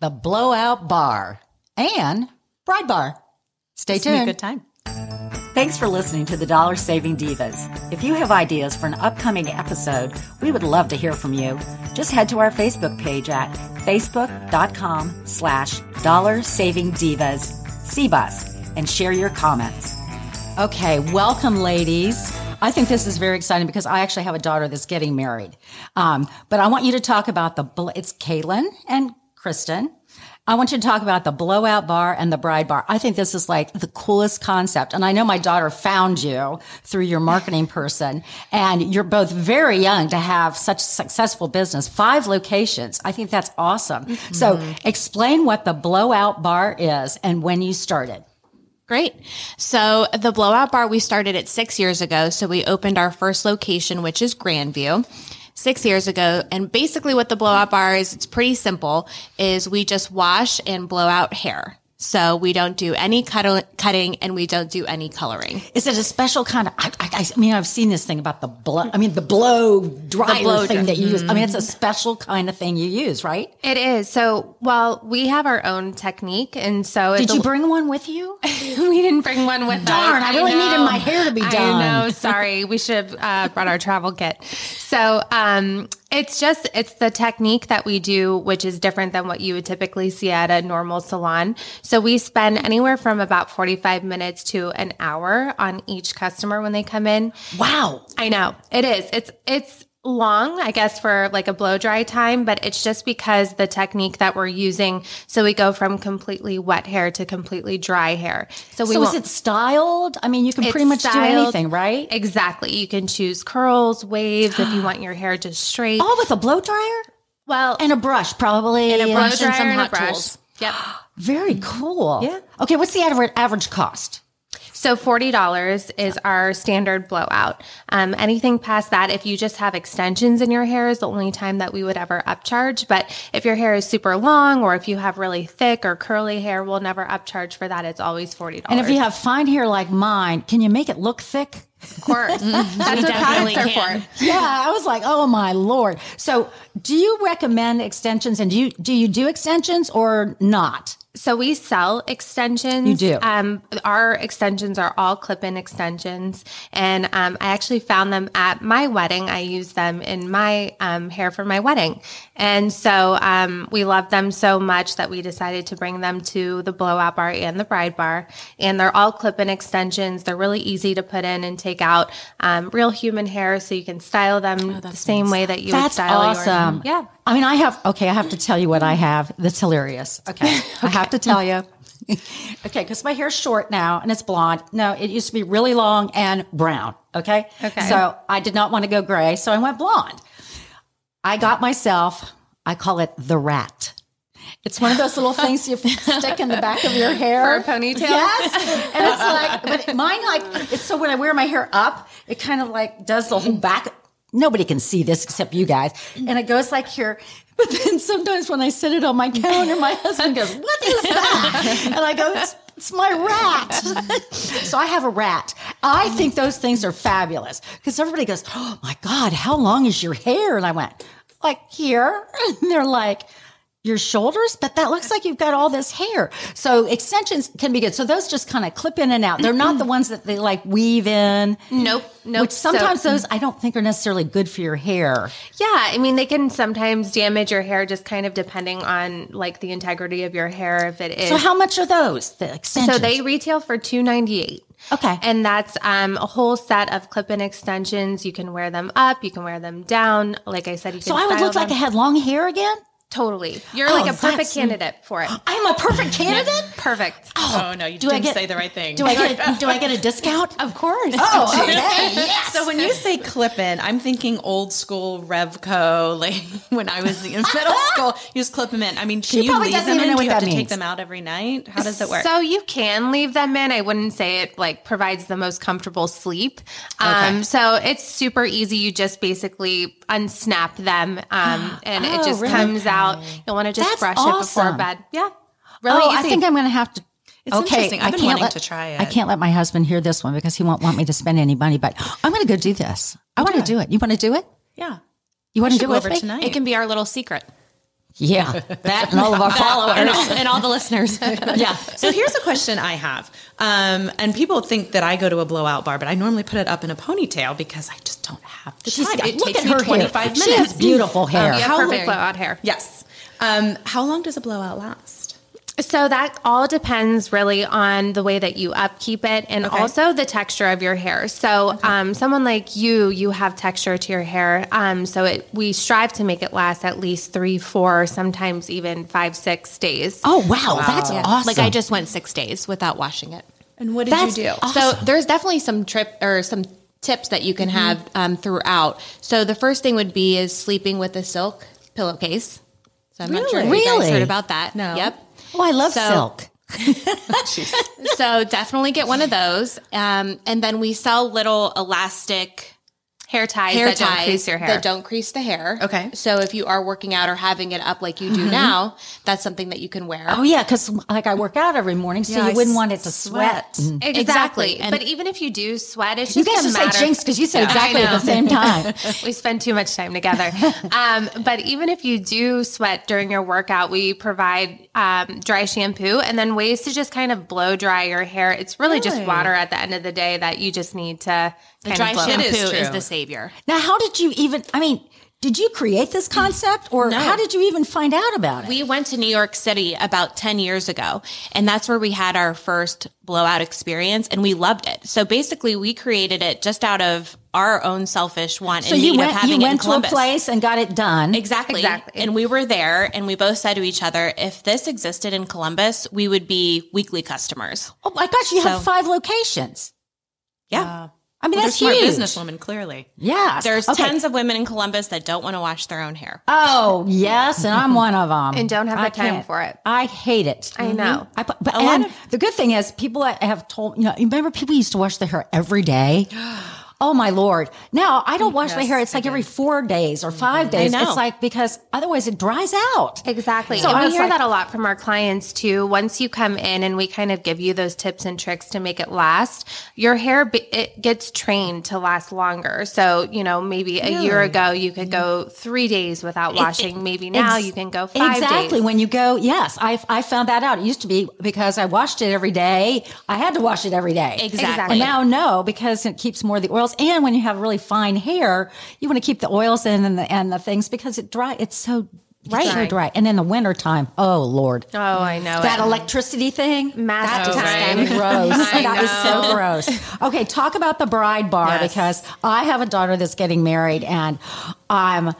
the Blowout Bar, and Bride Bar. Stay It's gonna be tuned. a good time. Thanks for listening to the Dollar Saving Divas. If you have ideas for an upcoming episode, we would love to hear from you. Just head to our Facebook page at facebook.com slash dollar saving divas CBUS and share your comments. Okay, welcome, ladies. I think this is very exciting because I actually have a daughter that's getting married. Um, but I want you to talk about the, bl- it's Caitlin and Kristen. I want you to talk about the blowout bar and the bride bar. I think this is like the coolest concept. And I know my daughter found you through your marketing person and you're both very young to have such successful business, five locations. I think that's awesome. So explain what the blowout bar is and when you started. Great. So the blowout bar we started it six years ago. So we opened our first location, which is Grandview. Six years ago, and basically what the blowout bar is, it's pretty simple, is we just wash and blow out hair. So we don't do any cut- cutting and we don't do any coloring. Is it a special kind of? I, I, I mean, I've seen this thing about the blow. I mean, the blow mm-hmm. dryer blow thing dry- that you use. I mean, it's a special kind of thing you use, right? It is. So, well, we have our own technique. And so Did you bring one with you? we didn't bring one with Darn, us. I really needed know. my hair to be I done. know. Sorry, we should have uh, brought our travel kit. So um, it's just it's the technique that we do, which is different than what you would typically see at a normal salon. So we spend anywhere from about forty five minutes to an hour on each customer when they come in. Wow. I know it is. It's it's long, I guess, for like a blow dry time, but it's just because the technique that we're using. So we go from completely wet hair to completely dry hair. So we So is won't- it styled? I mean, you can pretty much it's do styled- anything, right? Exactly. You can choose curls, waves, if you want your hair just straight. All with a blow dryer well, and a brush, probably. And a blow dryer some and a hot brush. tools. Yep. Very cool. Yeah. Okay, what's the average average cost? So forty dollars is our standard blowout. Um, anything past that, if you just have extensions in your hair, is the only time that we would ever upcharge. But if your hair is super long, or if you have really thick or curly hair, we'll never upcharge for that. It's always forty dollars. And if you have fine hair like mine, can you make it look thick? of course, that's what definitely products are can. for. yeah, I was like, oh my lord. So, do you recommend extensions, and do you do you do extensions or not? So we sell extensions. You do. Um, our extensions are all clip-in extensions, and um, I actually found them at my wedding. I used them in my um, hair for my wedding, and so um, we loved them so much that we decided to bring them to the blowout bar and the bride bar. And they're all clip-in extensions. They're really easy to put in and take out. Um, real human hair, so you can style them the same way that you would Oh, That's style yours. awesome. Yeah. I mean, I have. Okay, I have to tell you what I have. That's hilarious. Okay, I have to tell you. okay, because my hair's short now and it's blonde. No, it used to be really long and brown. Okay. Okay. So I did not want to go gray, so I went blonde. I got myself. I call it the rat. It's one of those little things you stick in the back of your hair For a ponytail? Yes, and it's like, but mine like it's so when I wear my hair up, it kind of like does the whole back. Nobody can see this except you guys, and it goes like here. But then sometimes when I sit it on my counter, my husband goes, "What is that?" And I go, "It's, it's my rat." so I have a rat. I think those things are fabulous because everybody goes, "Oh my god, how long is your hair?" And I went, "Like here," and they're like your shoulders, but that looks like you've got all this hair. So extensions can be good. So those just kind of clip in and out. They're not the ones that they like weave in. Nope. Nope. Which sometimes So- those I don't think are necessarily good for your hair. Yeah, I mean they can sometimes damage your hair just kind of depending on like the integrity of your hair if it is. So how much are those? The extensions. So they retail for 298. Okay. And that's um, a whole set of clip-in extensions. You can wear them up, you can wear them down. Like I said, you can so I would style look like I them. had long hair again. totally. You're Oh, like a that's- perfect candidate for it. I'm a perfect candidate. Perfect. Oh, no, you do I didn't get- say the right thing. Do I get a, do I get a discount? Of course. Oh, okay. Yes. so when you say clip in, I'm thinking old school Revco, like when I was in middle school, you just clip them in. I mean, can you probably leave doesn't them even in? know Do you what have that to means. take them out every night? How does it work? So you can leave them in. I wouldn't say it like provides the most comfortable sleep. Um, So it's super easy. You just basically unsnap them, um, and Oh, it just really? comes out. You'll want to just That's brush it awesome. before bed. Yeah, really oh, easy. I think I'm going to have to. It's interesting. I've been wanting let, to try I it. can't let my husband hear this one because he won't want me to spend any money. But I'm going to go do this. I want to do it. You want to do it? yeah. You want to should do go it with over me? tonight. it can be our little secret. Yeah, that and all of our and, followers. all, and all the listeners. Yeah. So here's a question I have, um, and people think that I go to a blowout bar, but I normally put it up in a ponytail because I just don't have the She's time. got- it look takes at her me hair. 25 minutes. She has beautiful hair. Um, Yeah, How- perfect blowout hair. Yes. Um, how long does a blowout last? So that all depends really on the way that you upkeep it and Okay. also the texture of your hair. So um, someone like you, you have texture to your hair. Um, so it, we strive to make it last at least three, four, sometimes even five, six days. oh wow, that's awesome. Like I just went six days without washing it. And what did you do? So there's definitely some trip or some tips that you can have um, throughout. So the first thing would be is sleeping with a silk pillowcase. So I'm not sure if you guys Really? heard about that. No. Yep. oh, I love So- silk. so definitely get one of those. Um, and then we sell little elastic Hair ties hair that ties don't crease your hair. that don't crease the hair. Okay. So if you are working out or having it up like you do now, that's something that you can wear. Oh yeah, because like I work out every morning, so Yeah, you I wouldn't s- want it to sweat. sweat. Mm. Exactly. Exactly. And- But even if you do sweat, it's You just guys a just matter like jinx because you said exactly at the same time. we spend too much time together. Um, but even if you do sweat during your workout, we provide um, dry shampoo and then ways to just kind of blow dry your hair. It's really, just Really? water at the end of the day that you just need to The kind dry of blow. shampoo It is is, true. the savior. Now, how did you even? I mean, did you create this concept, or how did you even find out about it? We went to New York City about 10 years ago, and that's where we had our first blowout experience, and we loved it. So basically, we created it just out of our own selfish want so and you need went, of having you it in went to a Columbus. place and got it done. Exactly. Exactly. And we were there, and we both said to each other, if this existed in Columbus, we would be weekly customers. Oh my gosh, you have So- five locations. Yeah. I mean, They're that's smart huge. businesswomen, clearly. Yes, There's Okay. tons of women in Columbus that don't want to wash their own hair. Oh yes, and I'm one of them. And don't have I the time can't- for it. I hate it. Mm-hmm. I know. I put, but A lot and of- the good thing is, people that have told you know. you Remember, people used to wash their hair every day. Oh my lord! Now I don't wash my hair. It's like every four days or five days. know. It's like because otherwise it dries out. Exactly. So and I we was hear like- that a lot from our clients too. Once you come in and we kind of give you those tips and tricks to make it last, your hair be- it gets trained to last longer. So, you know, maybe a year ago you could go 3 days without washing, maybe now Ex- you can go 5 exactly days. when you go yes I, I found that out it used to be because i washed it every day i had to wash it every day Exactly. and now no because it keeps more of the oils and when you have really fine hair you want to keep the oils in and the, and the things because it dry it's so right so Right. dry and in the wintertime oh lord Oh, I know. that it. electricity thing Mask that just time. sounded gross I that was so gross okay talk about the bride bar Yes. because i have a daughter that's getting married and i'm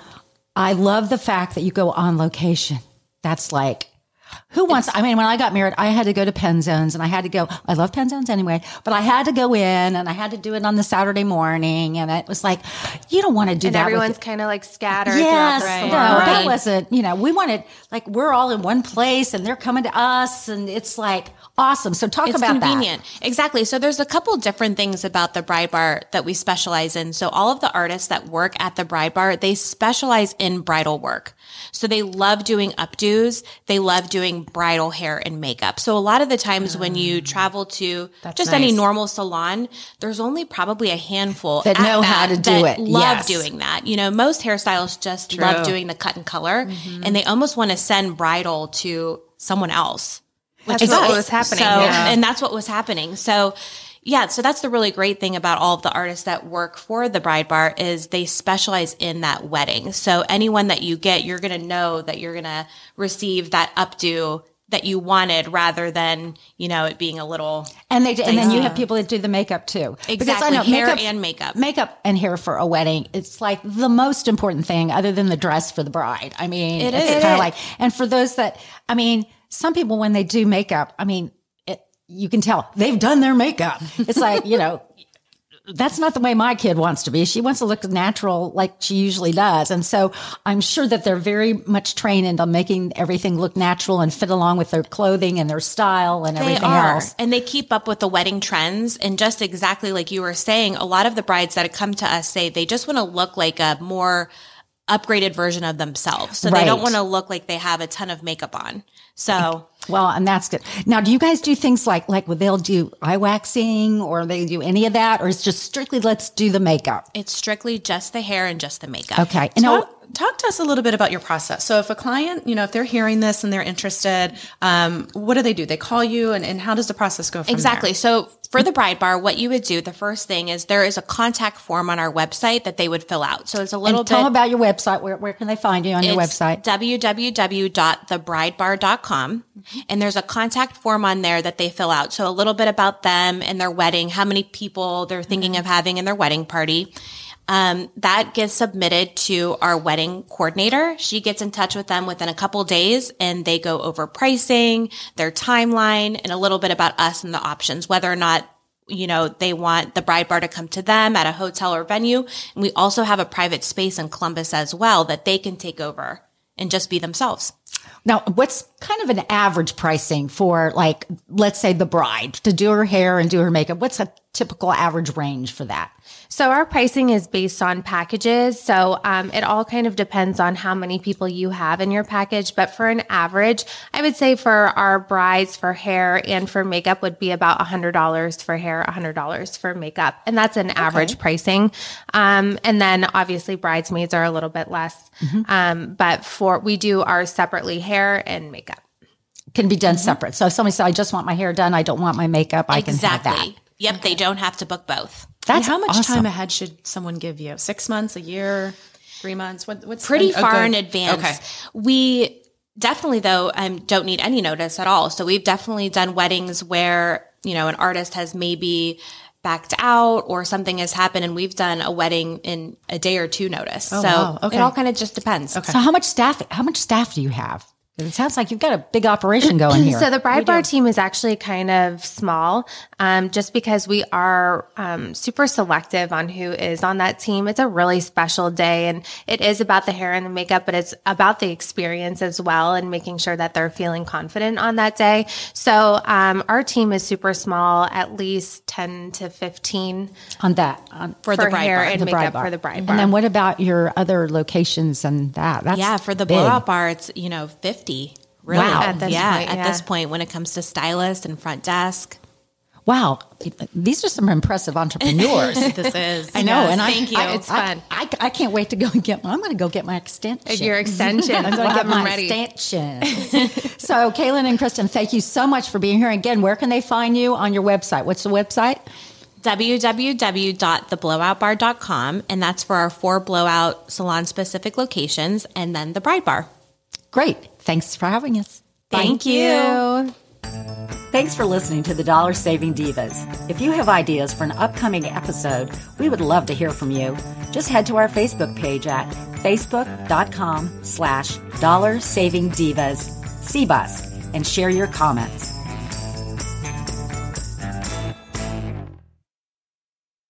i love the fact that you go on location that's like who wants? I mean, when I got married, I had to go to Penn Zones and I had to go. I love Penn Zones anyway, but I had to go in and I had to do it on the Saturday morning. And it was like, you don't want to do and that. with- everyone's kind of like scattered Yes, throughout the no, salon. that Right. wasn't. You know, we wanted like we're all in one place, and they're coming to us, and it's like awesome. So talk It's about convenient. Exactly. So there's a couple different things about the bride bar that we specialize in. So all of the artists that work at the bride bar, they specialize in bridal work. So they love doing updos. They love doing bridal hair and makeup. So a lot of the times when you Mm. travel to just any normal salon, there's only probably a handful That at know how to do that it. Love Yes. doing that. You know, most hairstylists just love doing the cut and color Mm-hmm. and they almost want to send bridal to someone else. That's Which is what us. was happening. So, Yeah. and that's what was happening. So, yeah, so that's the really great thing about all of the artists that work for the bride bar is they specialize in that wedding. So anyone that you get, you're going to know that you're going to receive that updo that you wanted rather than, you know, it being a little that. And they and then you have people that do the makeup too. Because I Exactly. know Hair makeup and makeup. makeup and hair for a wedding. It's like the most important thing, other than the dress for the bride. I mean, It it's kind is. It of is. like. And for those that, I mean, some people when they do makeup, I mean, it, you can tell they've done their makeup. It's like you know, that's not the way my kid wants to be. She wants to look natural like she usually does. And so I'm sure that they're very much trained into making everything look natural and fit along with their clothing and their style and everything else. And they keep up with the wedding trends. And just exactly like you were saying, a lot of the brides that come to us say they just want to look like a more upgraded version of themselves. So they don't Right. want to look like they have a ton of makeup on. So Well, and that's good. Now, do you guys do things like like well, they'll do eye waxing or they do any of that, or it's just strictly let's do the makeup? It's strictly just the hair and just the makeup. Okay, and now, talk, talk to us a little bit about your process. So, if a client, you know, if they're hearing this and they're interested, um, what do they do? They call you, and, and how does the process go? From Exactly. So for the bride bar, what you would do, the first thing is there is a contact form on our website that they would fill out. So it's a little and tell them bit about your website. Where where can they find you on your It's website? www.thebridebar.com. And there's a contact form on there that they fill out. So a little bit about them and their wedding, how many people they're thinking of having in their wedding party. Um, that gets submitted to our wedding coordinator. She gets in touch with them within a couple days and they go over pricing, their timeline, and a little bit about us and the options, whether or not you know, they want the bride bar to come to them at a hotel or venue. And we also have a private space in Columbus as well that they can take over and just be themselves. Now, what's kind of an average pricing for like let's say the bride to do her hair and do her makeup? What's a typical average range for that? So our pricing is based on packages. So um, it all kind of depends on how many people you have in your package. But for an average, I would say for our brides for hair and for makeup would be about $100 for hair, $100 for makeup. And that's an average pricing. Um, and then obviously bridesmaids are a little bit less. Mm-hmm. Um, but for, we do ours separately hair and makeup. Can be done separate. So if somebody said, "I just want my hair done. I don't want my makeup," I can have that. Exactly. Yep. They don't have to book both. There? And That's how much awesome. time ahead should someone give you? Six months, a year, three months? What, what's pretty an- a far good- in advance. Okay. We definitely though um, don't need any notice at all. So we've definitely done weddings where you know an artist has maybe backed out or something has happened, and we've done a wedding in a day or two notice. Oh, so wow. Okay. it all kind of just depends. So how much staff? How much staff do you have? It sounds like you've got a big operation going here. So the bride bar team is actually kind of small, um, just because we are um, super selective on who is on that team. It's a really special day, and it is about the hair and the makeup, but it's about the experience as well, and making sure that they're feeling confident on that day. So um, our team is super small, at least ten to fifteen on that on For, the bride hair bar. and the makeup bride bar. for the bride bar. And then what about your other locations and that? That's yeah, for the big. blowout bar, it's you know fifty. Really? Wow. At this yeah, point, at yeah. this point, when it comes to stylist and front desk, Wow, these are some impressive entrepreneurs. This is. I know, and I, thank you. I, It's I- fun. I, I can't wait to go and get. I'm going to go get my extension. your extension. I'm Go going to get get them my ready. extension. so, Kaylin and Kristen, thank you so much for being here again. Where can they find you on your website? What's the website? www.theblowoutbar.com, and that's for our four blowout salon specific locations, and then the bride bar. Great. Thanks for having us. Thank you. Thanks for listening to the Dollar Saving Divas. If you have ideas for an upcoming episode, we would love to hear from you. Just head to our Facebook page at facebook.com slash dollar saving divas, CBUS, and share your comments.